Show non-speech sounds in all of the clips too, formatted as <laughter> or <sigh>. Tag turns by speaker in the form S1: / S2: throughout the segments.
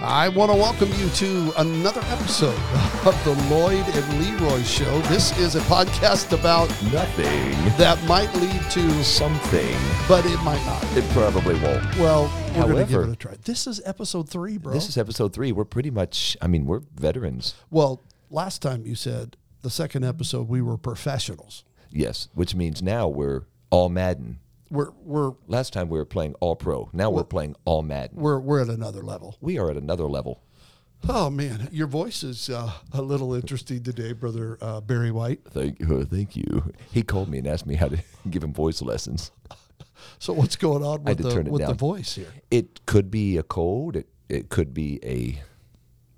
S1: I want to welcome you to another episode of the Lloyd and Leroy Show. This is a podcast about
S2: Nothing.
S1: that might lead to some,
S2: Something.
S1: but it might not.
S2: It probably won't.
S1: Well, we're going to give
S2: However-
S1: it a try. This is episode three, bro.
S2: This is episode three. We're pretty much, I mean, we're veterans.
S1: well, last time you said the second episode we were professionals.
S2: Yes, which means now we're all Madden.
S1: We're we're
S2: Last time we were playing all pro. Now we're playing all Madden.
S1: we're we're at another level.
S2: We are at another level.
S1: Oh man, your voice is uh, a little interesting today, brother uh, Barry White.
S2: Thank, uh, thank you. He called me and asked me how to <laughs> give him voice lessons.
S1: So what's going on
S2: had
S1: with
S2: to
S1: the
S2: turn it
S1: with the
S2: down.
S1: voice here?
S2: It could be a cold. It, it could be a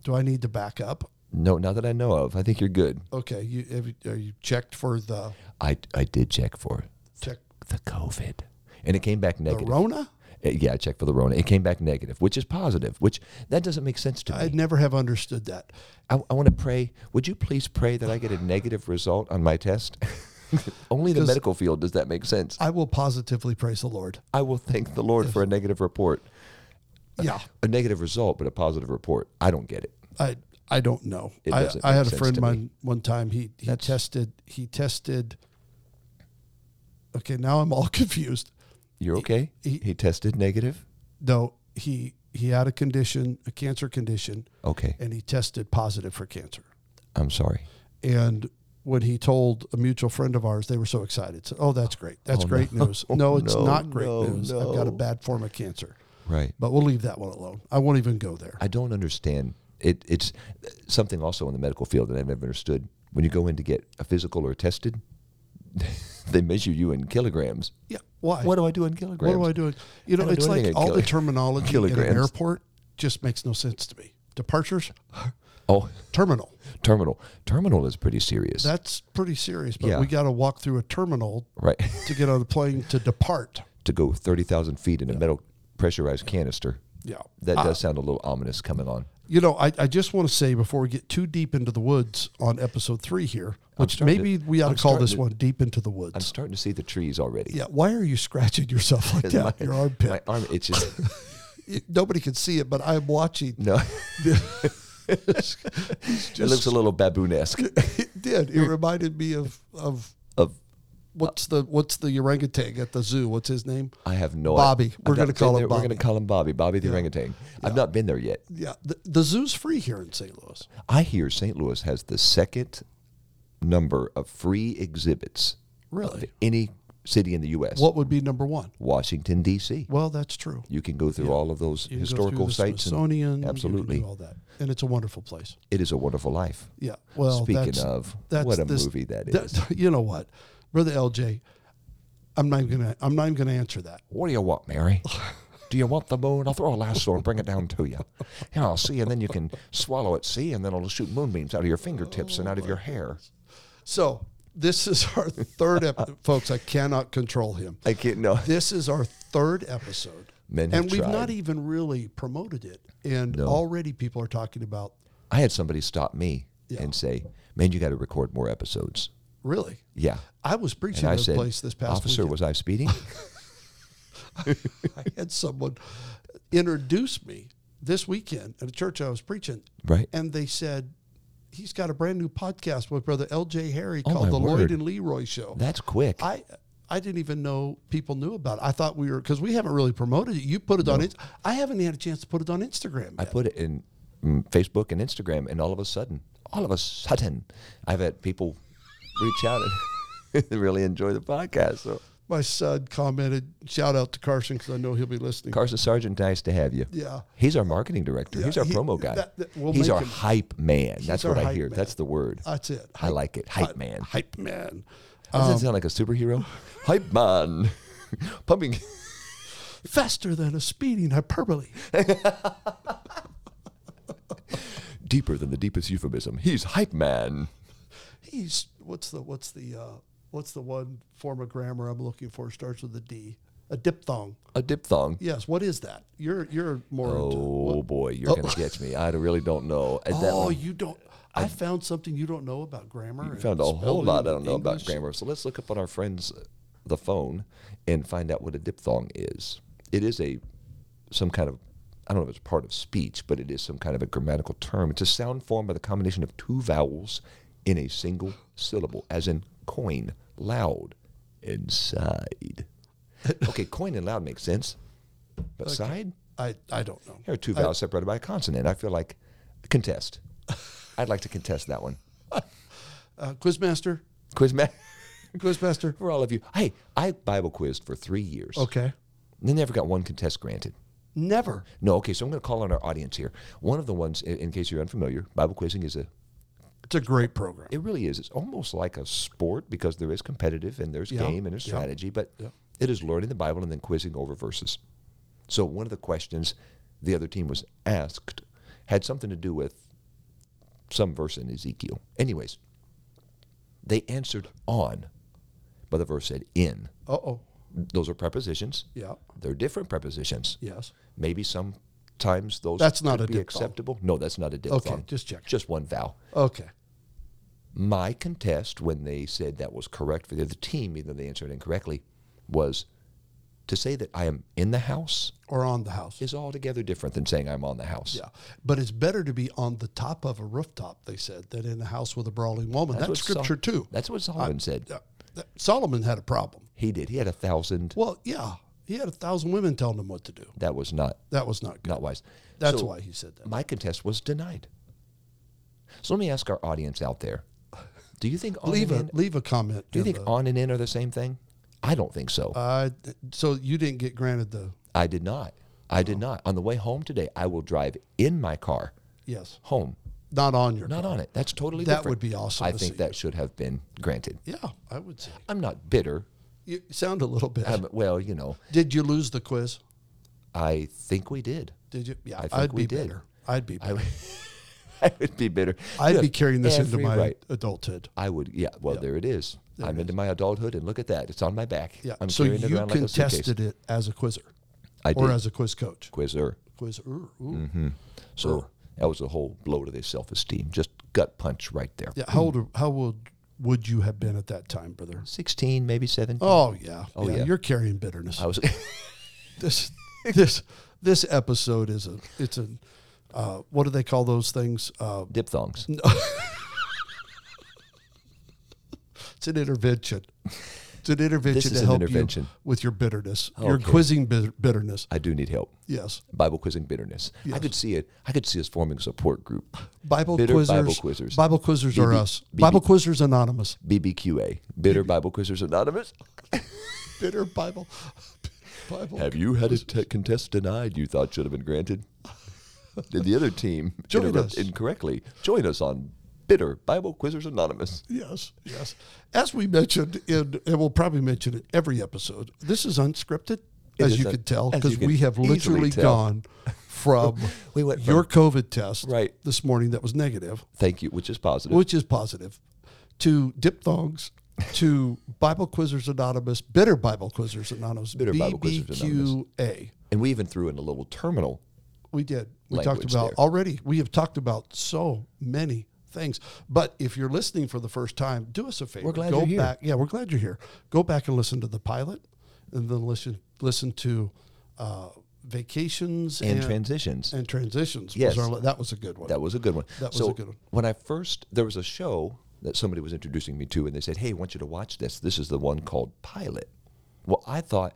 S1: Do I need to back up?
S2: no. Not that I know of. I think you're good.
S1: Okay, you, have you are you checked for the
S2: I I did check for
S1: check
S2: the COVID, and it came back
S1: the
S2: negative.
S1: Rona?
S2: Uh, yeah, I checked for the Rona. It came back negative, which is positive, which that doesn't make sense to
S1: I
S2: me.
S1: never have understood that.
S2: I, I want to pray. Would you please pray that I get a negative result on my test? <laughs> Only the medical field does that make sense.
S1: I will positively praise the Lord.
S2: I will thank the Lord for a negative report,
S1: Yeah,
S2: a negative result, but a positive report. I don't get it.
S1: I I don't know.
S2: It
S1: I,
S2: doesn't
S1: I
S2: make
S1: had a
S2: sense
S1: friend
S2: to
S1: of mine one time. He he tested he tested. Okay, now I'm all <laughs> confused.
S2: You're okay? He, tested negative?
S1: No, he he had a condition, a cancer condition,
S2: Okay.
S1: and he tested positive for cancer.
S2: I'm sorry.
S1: And when he told a mutual friend of ours, they were so excited. So, oh, that's great. That's great
S2: <laughs>
S1: news. No, it's
S2: Oh, No,
S1: not great
S2: no,
S1: news. I've got a
S2: no.
S1: bad form of cancer.
S2: Right.
S1: But we'll leave that one alone. I won't even go there.
S2: I don't understand. It, it's something also in the medical field that I've never understood. When you go in to get a physical or tested, <laughs> they measure you in kilograms.
S1: yeah. Why?
S2: What do I do in kilograms?
S1: What do I do? You know,
S2: don't
S1: it's
S2: do
S1: like
S2: anything
S1: all
S2: at
S1: the
S2: kilo-
S1: terminology in an
S2: kilograms.
S1: airport just makes no sense to me. Departures,
S2: Oh,
S1: terminal.
S2: terminal. Terminal is pretty serious.
S1: That's pretty serious, but
S2: Yeah.
S1: we got to walk through a terminal
S2: right. <laughs>
S1: to get on a plane to depart.
S2: to go 30,000 feet in a metal pressurized canister.
S1: Yeah.
S2: That does sound a little ominous coming on.
S1: You know, I, I just want to say before we get too deep into the woods on episode three here, which
S2: starting
S1: maybe
S2: to-
S1: we ought
S2: I'm
S1: to call this
S2: starting to-
S1: one Deep Into the
S2: I'm
S1: Woods.
S2: starting to see the trees already.
S1: yeah. Why are you scratching
S2: <laughs>
S1: yourself like
S2: 'Cause
S1: that? Your armpit.
S2: My arm itches.
S1: <laughs> You- Nobody can see it, but I'm watching.
S2: <laughs> no,
S1: It's
S2: it
S1: just-
S2: looks a
S1: <laughs>
S2: little baboonesque
S1: it did. It reminded me of, of
S2: of
S1: what's the what's the orangutan at the zoo? What's his name?
S2: I have no
S1: Bobby.
S2: I've
S1: We're
S2: not
S1: gonna
S2: been
S1: call him
S2: there. We're
S1: Bobby.
S2: going to call him Bobby. Bobby the orangutan. I've not been there yet.
S1: Yeah, the, the zoo's free here in St. Louis.
S2: I hear St. Louis has the second number of free exhibits of
S1: Really?
S2: any city in the U.S.
S1: What would be number one?
S2: Washington D.C.
S1: Well, that's true.
S2: You can go through all of those
S1: You can go through
S2: historical
S1: the
S2: sites. and-
S1: Smithsonian, you can do
S2: absolutely,
S1: all that, and it's a wonderful place.
S2: it is a wonderful life.
S1: Yeah. Well,
S2: Speaking
S1: that's,
S2: of,
S1: that's
S2: what a
S1: this-
S2: movie that is.
S1: <laughs> You know what, brother LJ, I'm not even gonna I'm not even gonna answer that.
S2: what do you
S1: <laughs>
S2: want, Mary? Do you want the moon? I'll throw a lasso and bring it down to you. And I'll see, and then you can swallow it, see, and then it'll shoot moonbeams out of your fingertips and out of your hair.
S1: So this is our third
S2: <laughs>
S1: episode, folks. I cannot control him.
S2: I can't know.
S1: This is our third episode,
S2: Men have
S1: and we've not
S2: tried.
S1: even really promoted it, and already people are talking about
S2: I had somebody stop me
S1: Yeah.
S2: and say, "Man, you got to record more episodes."
S1: really.
S2: Yeah,
S1: I was preaching
S2: and I
S1: at a
S2: said,
S1: place this past
S2: "Officer,
S1: weekend.
S2: was I speeding?"
S1: <laughs> I had someone introduce me this weekend at a church I was preaching,
S2: Right.
S1: And they said he's got a brand new podcast with Brother L.J. Harry
S2: Oh,
S1: called
S2: my
S1: the Lloyd
S2: word.
S1: and Leroy Show.
S2: That's quick.
S1: I I didn't even know people knew about it. I thought we were because we haven't really promoted it. You put it on it. I haven't had a chance to put it on Instagram.
S2: I
S1: yet.
S2: put it in mm, Facebook and Instagram, and all of a sudden, all of a sudden, I've had people reach out and <laughs> they really enjoy the podcast. So,
S1: My son commented, "Shout out to Carson because I know he'll be listening."
S2: Carson Sargent, nice to have you.
S1: Yeah.
S2: he's our marketing director. he's our
S1: he-
S2: promo guy.
S1: that- that- we'll
S2: he's
S1: make
S2: our
S1: him-
S2: hype man. That's
S1: our
S2: what I
S1: hype
S2: hear.
S1: man. Uh,
S2: That's the word.
S1: That's it.
S2: I like it. Hype man.
S1: Hype man. um,
S2: Doesn't that sound like
S1: <laughs>
S2: a superhero? hype man, <laughs> pumping.
S1: Faster than a speeding hyperbole.
S2: deeper than the deepest euphemism. He's hype man.
S1: He's what's the what's the uh, what's the one form of grammar I'm looking for? Starts with a D. A diphthong.
S2: A diphthong.
S1: Yes. What is that? You're you're more. into-
S2: Oh
S1: what-
S2: boy, you're gonna catch me. I really don't know. Uh, that
S1: oh,
S2: one-
S1: you don't. I, found something you don't know about grammar.
S2: you
S1: and
S2: found a whole
S1: spelling
S2: lot I don't
S1: and
S2: know about
S1: English.
S2: grammar. So let's look up on our friends, uh, the phone, and find out what a diphthong is. It is a some kind of I don't know if it's part of speech, but it is some kind of a grammatical term. It's a sound formed by the combination of two vowels in a single syllable, as in coin, loud, and
S1: <laughs>
S2: side. Okay, coin and loud makes sense, but side?
S1: I, I don't know.
S2: There are two vowels separated by a consonant. I feel like contest. I'd like to contest that one.
S1: Uh, Quizmaster,
S2: Quiz ma-
S1: Quizmaster.
S2: for all of you. Hey, I Bible quizzed for three years.
S1: Okay.
S2: They never got one contest granted.
S1: Never.
S2: No, okay, so I'm going to call on our audience here. One of the ones, in, in case you're unfamiliar, Bible quizzing is a,
S1: It's a great program.
S2: it really is. It's almost like a sport because there is competitive and there's
S1: Yeah,
S2: game and there's
S1: yeah,
S2: strategy, but
S1: yeah.
S2: it is learning the Bible and then quizzing over verses. So one of the questions the other team was asked had something to do with some verse in Ezekiel. Anyways, they answered on, but the verse said in.
S1: Uh oh.
S2: Those are prepositions.
S1: Yeah.
S2: They're different prepositions.
S1: Yes.
S2: Maybe sometimes those
S1: That's not a
S2: could be
S1: diphthong.
S2: acceptable. No, that's not a
S1: Okay.
S2: diphthong.
S1: Just check.
S2: Just one vowel.
S1: Okay.
S2: My contest when they said that was correct for the other team, even though they answered incorrectly, was to say that I am in the house
S1: Or on the house.
S2: is altogether different than saying I'm on the house.
S1: Yeah. But it's better to be on the top of a rooftop, they said, than in the house with a brawling woman. That's,
S2: what Sol-
S1: scripture too.
S2: That's what Solomon said.
S1: Yeah. That- Solomon had a problem.
S2: He did. He had a thousand.
S1: Well, yeah. He had a thousand women telling him what to do.
S2: That was not
S1: That was not good.
S2: not wise.
S1: That's
S2: So-
S1: why he said that.
S2: my contest was denied. So let me ask our audience out there: Do you think on
S1: Leave
S2: and
S1: a
S2: in,
S1: leave a comment.
S2: do you
S1: in
S2: think
S1: the-
S2: on and in are the same thing? I don't think so.
S1: I- so you didn't get granted the
S2: I did not. I did
S1: uh-huh.
S2: not. On the way home today, I will drive in my car
S1: yes,
S2: home,
S1: not on your
S2: not
S1: car.
S2: on it. That's totally
S1: That
S2: different.
S1: would be awesome
S2: I
S1: to
S2: think
S1: see.
S2: that should have been granted.
S1: Yeah, I would say.
S2: I'm not bitter.
S1: You sound a little bit.
S2: Um, well, you know,
S1: <laughs> did you lose the quiz?
S2: I think we did. <laughs>
S1: Did you? Yeah,
S2: I think
S1: would
S2: we
S1: be
S2: did.
S1: bitter. I'd be.
S2: I
S1: Bitter.
S2: <laughs> would, I would be bitter.
S1: I,
S2: You
S1: would
S2: have
S1: be carrying this into
S2: every
S1: my
S2: right.
S1: adulthood.
S2: I would, yeah. Well, there it is. I'm into my adulthood, and look at that. It's on my back.
S1: Yeah.
S2: I'm
S1: so
S2: carrying
S1: you
S2: it around like a suitcase.
S1: contested it as a quizzer,
S2: I
S1: or
S2: did. Mm-hmm.
S1: as a quiz coach.
S2: Quizzer.
S1: Quiz. Ooh, ooh.
S2: So that was a whole blow to their self esteem. Just gut punch right there.
S1: Yeah. How old? How old would you have been at that time, brother?
S2: 16, maybe 17.
S1: Oh yeah.
S2: Oh,
S1: yeah.
S2: yeah.
S1: You're carrying bitterness.
S2: I was. <laughs>
S1: this this this episode is a it's a uh, what do they call those things? Uh,
S2: diphthongs.
S1: it's an intervention. It's an intervention
S2: This
S1: to
S2: is an
S1: help
S2: intervention.
S1: you with your bitterness, your
S2: Okay.
S1: quizzing bit- bitterness.
S2: I do need help.
S1: Yes,
S2: Bible quizzing bitterness. I could see it. I could see us forming a support group.
S1: Bible
S2: Bitter
S1: quizzers.
S2: Bible quizzers.
S1: Bible quizzers are
S2: BB
S1: us. Bible quizzers anonymous.
S2: BBQA, Bitter Bible Quizzers Anonymous.
S1: Bitter Bible. <laughs> Bible.
S2: Have you had a te- contest denied you thought should have
S1: <laughs>
S2: been granted? Did the other team
S1: Join
S2: interrupt
S1: us.
S2: incorrectly? Join us on Bitter Bible Quizzers Anonymous.
S1: Yes, yes. As we mentioned in, and we'll probably mention it every episode. This is unscripted,
S2: It
S1: as
S2: is
S1: you
S2: un-
S1: can tell,
S2: as you
S1: because
S2: can
S1: we have
S2: easily
S1: literally
S2: tell.
S1: gone from
S2: <laughs> We went
S1: your COVID test
S2: Right.
S1: this morning that was negative,
S2: Thank you, which is positive.
S1: which is positive, to diphthongs, to Bible Quizzers Anonymous, Bitter Bible Quizzers Anonymous,
S2: Bitter Bible Quizzers Anonymous.
S1: BBQA.
S2: and we even threw in a little terminal.
S1: We did. We talked
S2: Language
S1: about
S2: there.
S1: already. We have talked about so many things. But if you're listening for the first time, do us a favor.
S2: We're glad
S1: Go
S2: you're here.
S1: back. Yeah, we're glad you're here. Go back and listen to the pilot, and then listen listen to uh, vacations
S2: And transitions.
S1: and transitions.
S2: Yes.
S1: was our, that was a good one.
S2: That was a good one.
S1: That was
S2: so
S1: a good one.
S2: When I first, there was a show that somebody was introducing me to, and they said, "Hey, I want you to watch this. This is the one called Pilot." Well, I thought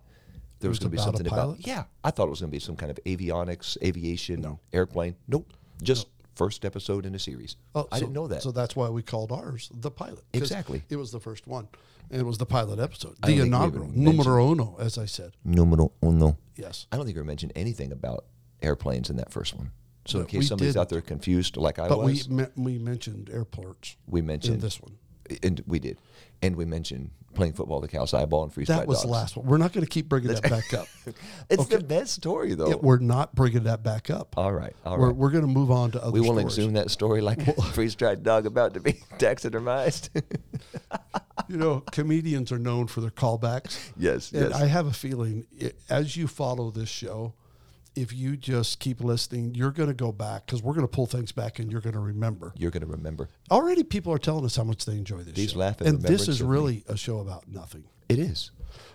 S2: there was,
S1: was
S2: going to
S1: about
S2: be
S1: a
S2: something
S1: pilot?
S2: about. Yeah, I thought it was going to be some kind of avionics, aviation, airplane. Nope, just first episode in a series.
S1: Oh,
S2: I
S1: so-
S2: didn't know that.
S1: So that's why we called ours the pilot. 'Cause
S2: Exactly.
S1: It was the first one, and it was the pilot episode,
S2: don't
S1: the
S2: think we even
S1: inaugural, numero uno, as I said.
S2: Numero uno.
S1: Yes.
S2: I don't think we mentioned anything about airplanes in that first one. So in
S1: No, we
S2: case somebody's out there confused, like I
S1: But we
S2: was,
S1: me- we mentioned airports
S2: we
S1: in
S2: mentioned
S1: this one.
S2: and we did, and we mentioned playing football, the cow's eyeball, and freeze
S1: That
S2: dried
S1: was the
S2: dogs.
S1: last one. We're not going to keep bringing that back
S2: <laughs>
S1: up. <laughs>
S2: It's the best story, though.
S1: It- we're not bringing that back up.
S2: all right, all
S1: we're
S2: right.
S1: we're going to move on to other
S2: We won't
S1: stories.
S2: exhume that story like a
S1: <laughs>
S2: freeze dried dog about to be <laughs> taxidermized.
S1: You know, comedians are known for their callbacks.
S2: <laughs> yes,
S1: And
S2: yes.
S1: I have a feeling i as you follow this show, if you just keep listening, you're going to go back because we're going to pull things back and you're going to remember.
S2: You're going to remember.
S1: Already people are telling us how much they enjoy this
S2: These
S1: show.
S2: laugh at
S1: and this
S2: remembrance
S1: is
S2: of me.
S1: really a show about nothing.
S2: It is.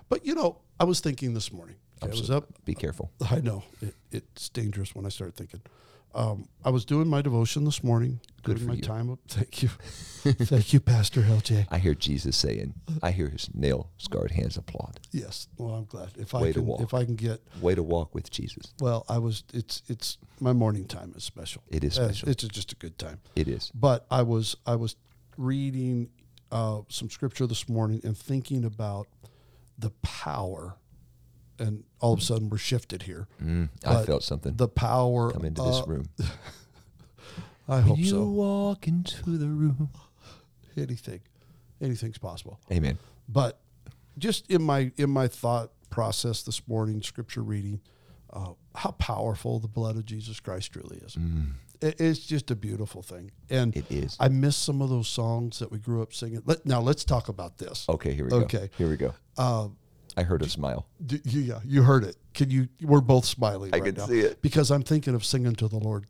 S1: But, you know, I was thinking this morning Okay, I was
S2: So
S1: up
S2: Be careful.
S1: <laughs> I know it, it's dangerous when I start thinking. Um, I was doing my devotion this morning.
S2: Good
S1: doing
S2: for
S1: my
S2: you.
S1: time
S2: <laughs>
S1: up. Thank you, thank you, Pastor LJ.
S2: I hear Jesus saying, I hear his nail scarred hands applaud.
S1: Yes. Well, I'm glad if
S2: Way
S1: I
S2: to
S1: can
S2: walk.
S1: if I can get.
S2: Way to walk with Jesus.
S1: Well, I was. It's it's my morning time is special.
S2: It is
S1: Uh,
S2: special.
S1: It's just a good time.
S2: It is.
S1: But I was I was reading uh, some scripture this morning and thinking about the power, and all of a sudden we're shifted here.
S2: Mm, I
S1: But
S2: felt something
S1: The uh, power
S2: come into this
S1: of- <laughs>
S2: room.
S1: I hope
S2: you
S1: so.
S2: walk into the room.
S1: Anything, anything's possible.
S2: Amen.
S1: but just in my in my thought process this morning scripture reading uh, how powerful the blood of jesus christ truly is It- it's just a beautiful thing and
S2: Mm. It is.
S1: i miss some of those songs that we grew up singing Let, now let's talk about this
S2: Okay, here we go.
S1: Okay. Um,
S2: Here we go. I heard a smile.
S1: D- you- yeah you heard it can you we're both smiling
S2: I
S1: right
S2: can
S1: now
S2: see it.
S1: because i'm thinking of singing to the lord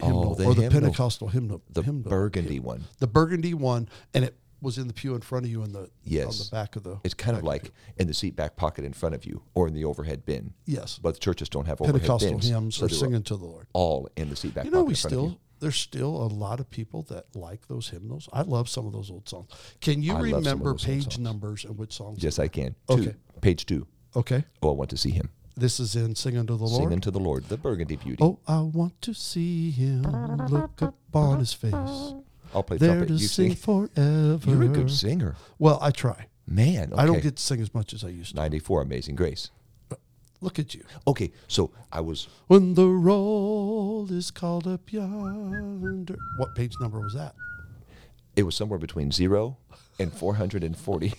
S2: Oh,
S1: hymnal,
S2: the
S1: or the
S2: hymnal.
S1: pentecostal hymnal
S2: The
S1: hymnal.
S2: burgundy one.
S1: the burgundy one and it was in the pew in front of you in the on
S2: Yes.
S1: the back of the
S2: It's kind of like in the seat back pocket in front of you or in the overhead bin.
S1: yes
S2: But the churches don't have overhead
S1: pentecostal
S2: bins.
S1: hymns
S2: so
S1: are
S2: they were
S1: singing to the lord
S2: all in the seat back
S1: You know,
S2: pocket
S1: we
S2: in front of you.
S1: still there's still a lot of people that like those hymnals. I love some of those old songs. Can you
S2: I love some of
S1: remember
S2: those old
S1: page
S2: songs.
S1: numbers and which songs?
S2: Yes, I can. Two.
S1: Okay.
S2: Page two.
S1: Okay.
S2: Oh, I want to see him.
S1: This is in Sing Unto the
S2: Sing
S1: Lord.
S2: unto the Lord, the burgundy beauty.
S1: Oh, I want to see him look upon his face.
S2: I'll play
S1: There
S2: trumpet.
S1: to
S2: You
S1: sing
S2: sing.
S1: forever.
S2: You're a good singer.
S1: Well, I try.
S2: Man,
S1: I don't
S2: okay.
S1: get to sing as much as I used to.
S2: 94 Amazing Grace.
S1: Look at you.
S2: Okay, so I was
S1: When the roll is called up yonder. What page number was that?
S2: it was somewhere between zero and 440.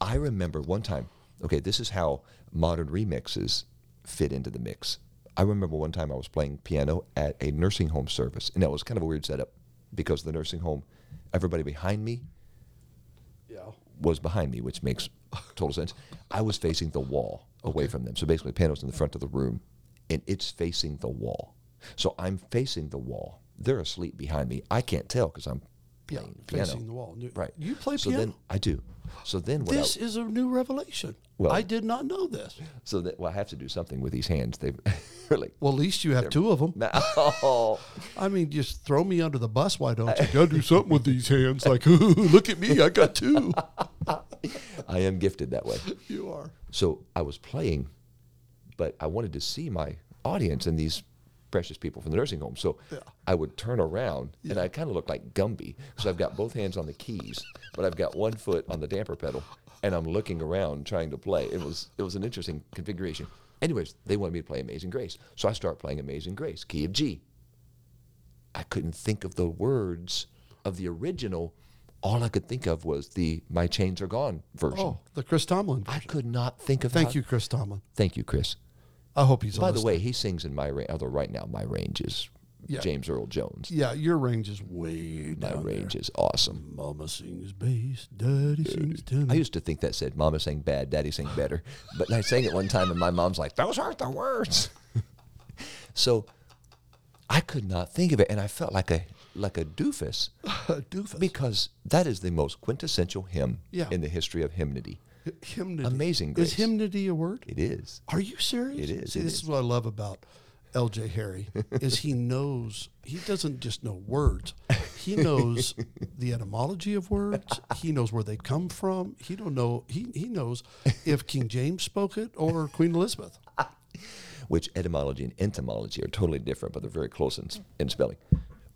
S2: I remember one time, okay, this is how modern remixes fit into the mix. I remember one time I was playing piano at a nursing home service, and that was kind of a weird setup because the nursing home, everybody behind me
S1: Yeah.
S2: was behind me, which makes <laughs> total sense. I was facing the wall away from them. So basically, the piano's in the front of the room, and it's facing the wall. So I'm facing the wall. They're asleep behind me. I can't tell because I'm
S1: Yeah,
S2: playing piano.
S1: facing the wall. You-
S2: Right.
S1: You play
S2: so
S1: piano.
S2: Then I do. So then what?
S1: This
S2: I,
S1: is a new revelation.
S2: Well-
S1: I did not know this.
S2: so that well, I have to do something with these hands. They <laughs> are like
S1: Well, at least you have two of them.
S2: <laughs> no.
S1: I mean, just throw me under the bus. Why don't
S2: <laughs>
S1: you? Gotta do something with these hands. Like, <laughs> ooh, look at me. I got
S2: <laughs>
S1: two.
S2: I am gifted that way.
S1: You are.
S2: So I was playing, but I wanted to see my audience and these precious people from the nursing home. So
S1: Yeah.
S2: I would turn around and I kind of look like Gumby because I've got both hands on the keys, but I've got one foot on the damper pedal and I'm looking around trying to play. It was it was an interesting configuration. Anyways, they wanted me to play Amazing Grace. So I start playing Amazing Grace, key of G. I couldn't think of the words of the original. All I could think of was the My Chains Are Gone version.
S1: Oh, the Chris Tomlin.
S2: I could not think of
S1: Thank
S2: how-
S1: you, Chris Tomlin.
S2: Thank you, Chris.
S1: I hope he's.
S2: By the
S1: listening.
S2: way, he sings in my range. Although right now my range is
S1: Yeah.
S2: James Earl Jones.
S1: yeah, your range is way
S2: My
S1: down.
S2: range is awesome.
S1: Mama sings bass, Daddy sings tenor.
S2: I used to think that said "Mama sang bad,
S1: <sighs>
S2: Daddy sang better," but I sang it one time, and my mom's like, "Those aren't the words." <laughs> so I could not think of it, and I felt like a like
S1: <laughs>
S2: a doofus
S1: Doofus.
S2: because that is the most quintessential hymn
S1: Yeah.
S2: in the history of hymnody.
S1: Hymnody.
S2: Amazing
S1: Is
S2: Grace.
S1: hymnody a word?
S2: It is.
S1: Are you serious?
S2: It is,
S1: See,
S2: it
S1: this
S2: is.
S1: is what I love about L.J.
S2: <laughs>
S1: Harry is he knows he doesn't just know words. He
S2: <laughs>
S1: knows the etymology of words. He knows where they come from. He don't know. He he
S2: <laughs>
S1: knows if King James spoke it or Queen Elizabeth.
S2: which etymology and entomology are totally different, but they're very close in, in spelling.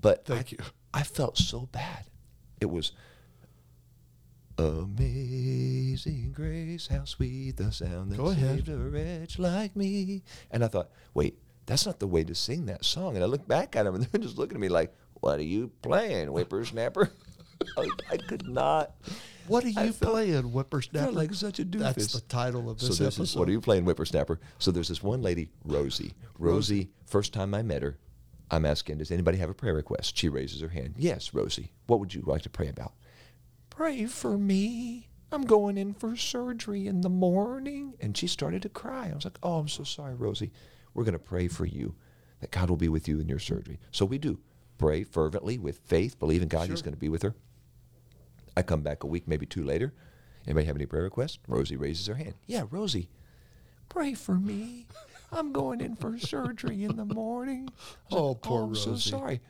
S2: But
S1: Thank
S2: I,
S1: you.
S2: I felt so bad. It was amazing grace, how sweet the sound that
S1: Go ahead.
S2: saved a wretch like me. And I thought, wait, that's not the way to sing that song. And I looked back at them, and <laughs> they're just looking at me like, "What are you playing, whippersnapper?" <laughs> I, I could not.
S1: What are you
S2: I felt-
S1: playing, whippersnapper?
S2: felt like such a doofus.
S1: That's the title of this
S2: so this
S1: episode.
S2: Is, what are you playing, whippersnapper? So there's this one lady, Rosie. Rosie, first time I met her, I'm asking, does anybody have a prayer request? She raises her hand. Yes, Rosie. What would you like to pray about? Pray for me. I'm going in for surgery in the morning. And she started to cry. I was like, oh, I'm so sorry, Rosie. We're going to pray for you that God will be with you in your surgery. So we do. Pray fervently with faith, believe in God, He's going to be with her. I come back a week, maybe two later. Anybody have any prayer requests? Rosie raises her hand. Yeah, Rosie, Pray for me. I'm going in for surgery in the morning. I was
S1: <laughs> Oh, poor
S2: I'm so
S1: Rosie."
S2: sorry.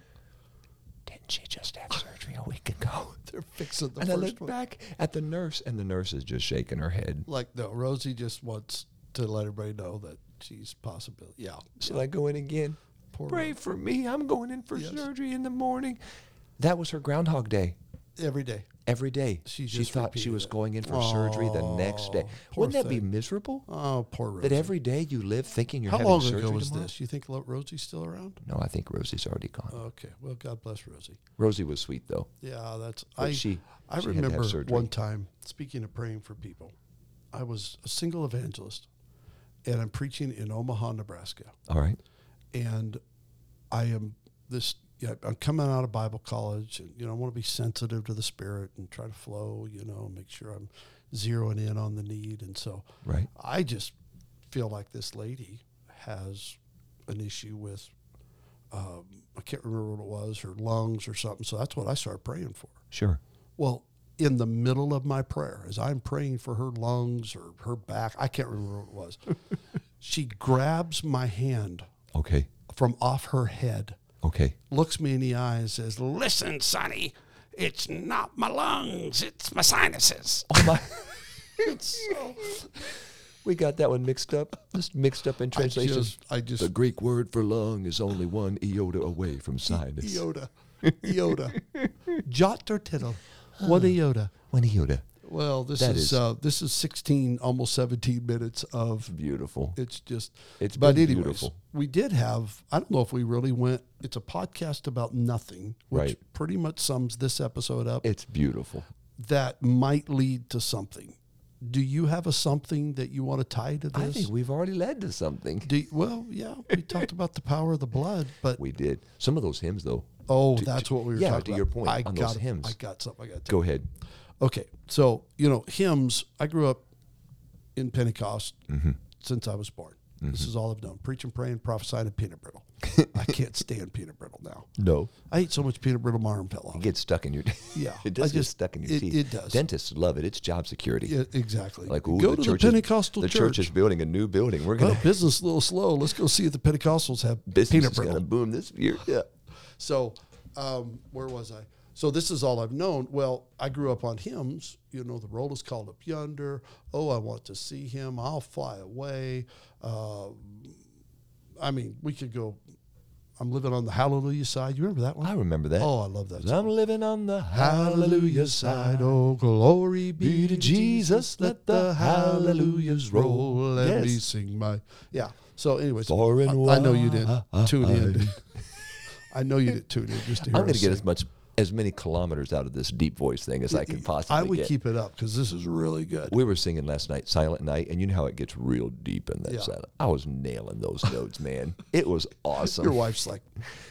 S2: Didn't she just have surgery a week ago?
S1: <laughs> They're fixing the
S2: and I
S1: first
S2: look
S1: one.
S2: back at the nurse, and the nurse is just shaking her head.
S1: Like, no, Rosie just wants to let everybody know that she's possible. Yeah.
S2: Shall I go in again?
S1: Poor
S2: Pray for me. I'm going in for
S1: Yes.
S2: surgery in the morning. That was her Groundhog Day.
S1: Every day.
S2: Every day,
S1: She
S2: she,
S1: just
S2: thought she
S1: repeated
S2: was
S1: it.
S2: going in for surgery the next day.
S1: Oh, poor
S2: Wouldn't that be
S1: thing.
S2: miserable?
S1: Oh, poor Rosie.
S2: That every day you live thinking you're
S1: How
S2: having
S1: long
S2: surgery
S1: ago was
S2: tomorrow?
S1: this? You think Lo- Rosie's still around?
S2: No, I think Rosie's already gone.
S1: Okay. Well, God bless Rosie.
S2: Oh. Rosie was sweet though.
S1: Yeah, that's
S2: But
S1: I.
S2: she-
S1: I
S2: she had to have
S1: remember
S2: surgery.
S1: one time speaking of praying for people. I was a single evangelist, and I'm preaching in Omaha, Nebraska,
S2: All right.
S1: and I am this. You know, I'm coming out of Bible college, and you know I want to be sensitive to the Spirit and try to flow. You know, make sure I'm zeroing in on the need, and so
S2: Right.
S1: I just feel like this lady has an issue with. Um, I can't remember what it was, her lungs or something. So that's what I started praying for.
S2: Sure.
S1: Well, in the middle of my prayer, as I'm praying for her lungs or her back, I can't remember what it was, she grabs my hand
S2: Okay.
S1: from off her head,
S2: Okay.
S1: looks me in the eye, and says, Listen, Sonny, it's not my lungs, it's my sinuses.
S2: <laughs> Oh my. we got that one mixed up. Just mixed up in
S1: I
S2: translation.
S1: just, I
S2: the
S1: just,
S2: Greek word for lung is only one iota away from sinus. <laughs>
S1: iota, iota, jot or tittle, one iota.
S2: One iota.
S1: Well, this
S2: That
S1: is,
S2: is-
S1: uh, this is 16, almost 17 minutes of
S2: Beautiful.
S1: It's just
S2: It's
S1: but
S2: been
S1: anyways,
S2: beautiful.
S1: we did have I don't know if we really went it's a podcast about nothing, which
S2: Right.
S1: pretty much sums this episode up
S2: It's beautiful.
S1: that might lead to something. Do you have a something that you want to tie to
S2: I
S1: this?
S2: think we've already led to something.
S1: Do you- well, yeah, we talked about the power of the blood, but
S2: We did. Some of those hymns though.
S1: oh,
S2: to-
S1: that's
S2: to-
S1: what we were
S2: yeah,
S1: talking
S2: to
S1: about.
S2: your point
S1: I
S2: on
S1: got
S2: those hymns.
S1: I got something I got to
S2: Go ahead.
S1: Okay, so you know hymns. I grew up in Pentecost
S2: Mm-hmm.
S1: since I was born. This is all I've done: preaching, praying, prophesying, and peanut
S2: <laughs>
S1: brittle. I can't stand peanut brittle now.
S2: No.
S1: I ate so much peanut brittle, my arm fell
S2: It
S1: off.
S2: gets stuck in your <laughs>
S1: Yeah, I
S2: it does get
S1: just-
S2: stuck in your
S1: it-
S2: teeth.
S1: it does.
S2: Dentists love it. It's job security.
S1: Yeah, exactly.
S2: Like ooh,
S1: go
S2: the
S1: to
S2: church
S1: the Pentecostal
S2: is, the church.
S1: church.
S2: is building a new building. We're
S1: Well,
S2: gonna
S1: business a little slow. Let's go see if the Pentecostals have
S2: <laughs> business
S1: peanut
S2: is gonna
S1: brittle. Oh.
S2: boom this year. Yeah.
S1: So, um, where was I? So this is all I've known. Well, I grew up on hymns. You know, the roll is called up yonder. Oh, I want to see him. I'll fly away. Uh, I mean, we could go. I'm living on the Hallelujah side. You remember that one?
S2: I remember that.
S1: Oh, I love that.
S2: 'Cause
S1: Song.
S2: I'm living on the
S1: Hallelujah side. Oh, glory be to Jesus. Let the hallelujahs roll. Let
S2: Yes.
S1: me sing my. Yeah. So, anyways, I,
S2: Far and
S1: I know you didn't
S2: wide.
S1: tune in. <laughs> I know you didn't tune in just to hear
S2: I'm gonna
S1: us
S2: get
S1: sing.
S2: as much as many kilometers out of this deep voice thing as I can possibly
S1: I would
S2: get.
S1: keep it up because this is really good.
S2: we were singing last night, Silent Night, and you know how it gets real deep in that
S1: Yeah.
S2: silent. I was nailing those
S1: <laughs>
S2: notes, man. It was awesome.
S1: Your wife's
S2: <laughs>
S1: like,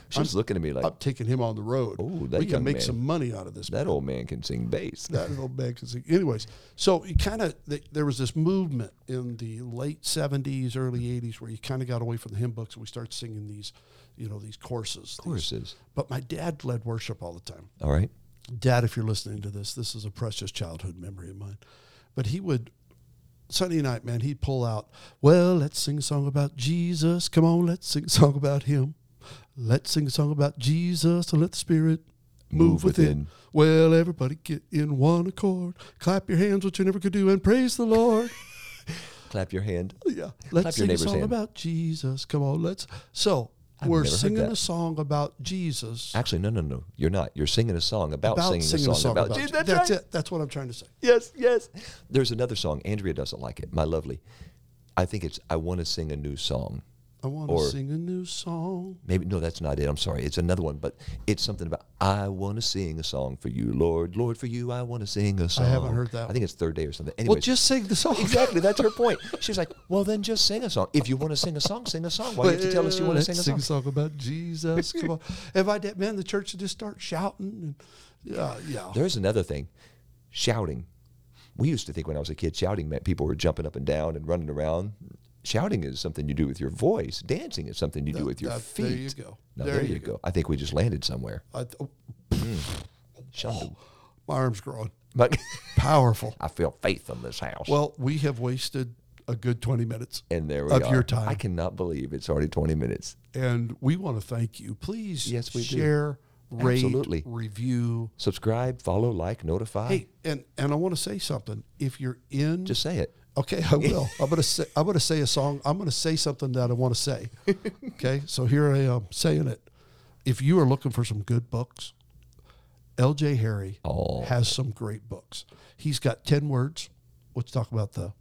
S2: she was looking at me like,
S1: I'm taking him on the road.
S2: Ooh, that
S1: we can
S2: young
S1: make
S2: man.
S1: some money out of this.
S2: that old man can sing bass.
S1: that little bag of zig- Anyways, so you kind of th- there was this movement in the late seventies, early eighties, where you kind of got away from the hymn books and we started singing these, you know, these courses. these-
S2: Choruses.
S1: But my dad led worship all the time.
S2: All right.
S1: Dad, if you're listening to this, this is a precious childhood memory of mine. But he would Sunday night, man, he'd pull out, well, let's sing a song about Jesus. Come on, let's sing a song about him. Let's sing a song about Jesus and let the Spirit move,
S2: Move
S1: within.
S2: within.
S1: Well, everybody get in one accord. Clap your hands, which you never could do, and praise the
S2: <laughs>
S1: Lord.
S2: Clap your hand.
S1: yeah. Let's
S2: Clap your
S1: sing a
S2: neighbor's
S1: song
S2: hand.
S1: about Jesus. Come on, let's. So
S2: I've
S1: we're
S2: never heard
S1: singing
S2: that.
S1: a song about Jesus.
S2: Actually, no, no, no. You're not. You're singing a song about,
S1: About
S2: singing, a song, about. Jesus.
S1: Je- that's it. That's what I'm trying to say.
S2: Yes, yes. There's another song. Andrea doesn't like it. My lovely. I think it's I want to sing a new song.
S1: I want
S2: Or-
S1: to sing a new song.
S2: Maybe no, that's not it. I'm sorry. It's another one, but it's something about I want to sing a song for you, Lord, Lord for you. I want to sing a song.
S1: haven't heard that
S2: I think it's third day or something. Anyways,
S1: Well, just sing the song.
S2: exactly. That's her point. She's like, well, then just sing a song. If you want to sing a song, sing a song. Why do you have to tell us you want to
S1: Let's
S2: sing a song?
S1: about Jesus. Come on. If I did, man, the church would just start shouting. And, yeah, yeah.
S2: There's another thing, shouting. We used to think when I was a kid, shouting meant people were jumping up and down and running around. Shouting is something you do with your voice. Dancing is something you do with your
S1: that-
S2: feet.
S1: there you go.
S2: Now, there, you go. I think we just landed somewhere.
S1: I th- oh,
S2: Shonda.
S1: my arm's growing.
S2: <laughs> But
S1: Powerful.
S2: I feel faith in this house.
S1: Well, we have wasted a good 20 minutes.
S2: And there we
S1: Of
S2: are.
S1: your time.
S2: I cannot believe it's already 20 minutes.
S1: And we want to thank you. Please
S2: Yes, we do.
S1: share, rate,
S2: Absolutely.
S1: review.
S2: Subscribe, follow, like, notify.
S1: Hey, and, and I want to say something. If you're in
S2: Just say it.
S1: Okay, I will. I'm gonna say I'm gonna say a song. I'm gonna say something that I want to say. Okay, so here I am saying it. If you are looking for some good books, L.J. Harry
S2: Oh.
S1: has some great books. He's got ten words, which talk about the.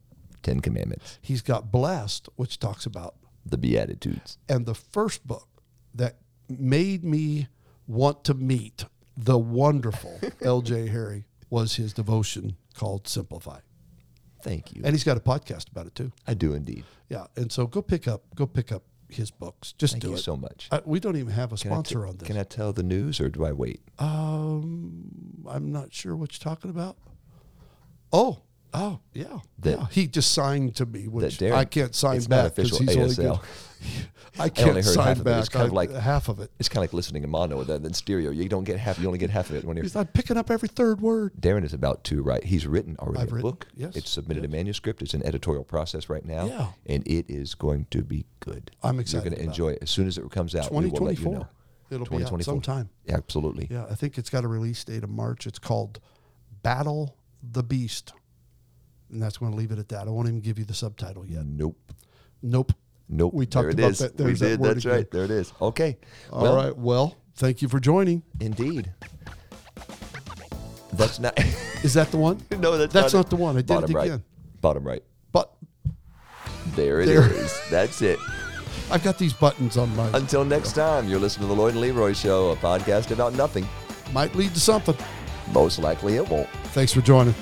S2: Ten Commandments,
S1: He's got blessed, which talks about,
S2: the Beatitudes.
S1: and the first book that made me want to meet the wonderful L.J. Harry was his devotion called Simplify,
S2: Thank you.
S1: and he's got a podcast about it too.
S2: I do indeed.
S1: Yeah, and so go pick up go pick up his books. Just
S2: Thank
S1: do
S2: you
S1: it.
S2: so much.
S1: I, we don't even have a
S2: Can I
S1: sponsor
S2: t-
S1: on this.
S2: Can I tell the news or do I wait?
S1: um, I'm not sure what you're talking about. Oh, oh, yeah,
S2: That-
S1: yeah. He just signed to me, which
S2: Darren-
S1: I can't sign
S2: it's not
S1: back because
S2: official
S1: he's only good. <laughs>
S2: ASL.
S1: I
S2: <laughs> I
S1: can't
S2: only heard
S1: sign
S2: half of it.
S1: back.
S2: It's kind of
S1: I-
S2: like-
S1: half of it.
S2: It's kind of like listening in mono rather than stereo. You don't get half. You only get half of it when you're.
S1: He's not picking up every third word.
S2: Darren is about to write. He's written already
S1: I've
S2: a
S1: written,
S2: book.
S1: yes,
S2: It's submitted a manuscript. It's an editorial process right now.
S1: Yeah.
S2: And it is going to be good.
S1: I'm
S2: You're
S1: excited
S2: going to
S1: about
S2: enjoy it. As soon as it comes out, we will let you
S1: 2024.
S2: know.
S1: It'll be out sometime.
S2: Absolutely.
S1: Yeah, I think it's got a release date of March. It's called Battle the Beast, and that's going to leave it at that. I won't even give you the subtitle yet.
S2: Nope.
S1: Nope.
S2: Nope.
S1: We talked
S2: there it
S1: about
S2: is.
S1: that.
S2: We
S1: There's that
S2: did.
S1: word
S2: That's
S1: again.
S2: right. There it is. Okay.
S1: All right.
S2: well,
S1: Well, thank you for joining.
S2: Indeed. That's not. <laughs>
S1: Is that the one?
S2: no, that's,
S1: That's
S2: not,
S1: not the one. I did
S2: Bottom
S1: it
S2: right.
S1: again.
S2: Bottom right.
S1: But
S2: There it is.
S1: There.
S2: That's it.
S1: I've got these buttons on my
S2: Until next time, you're listening to the Lloyd and Leroy Show, a podcast about nothing.
S1: might lead to something.
S2: Most likely it won't.
S1: Thanks for joining.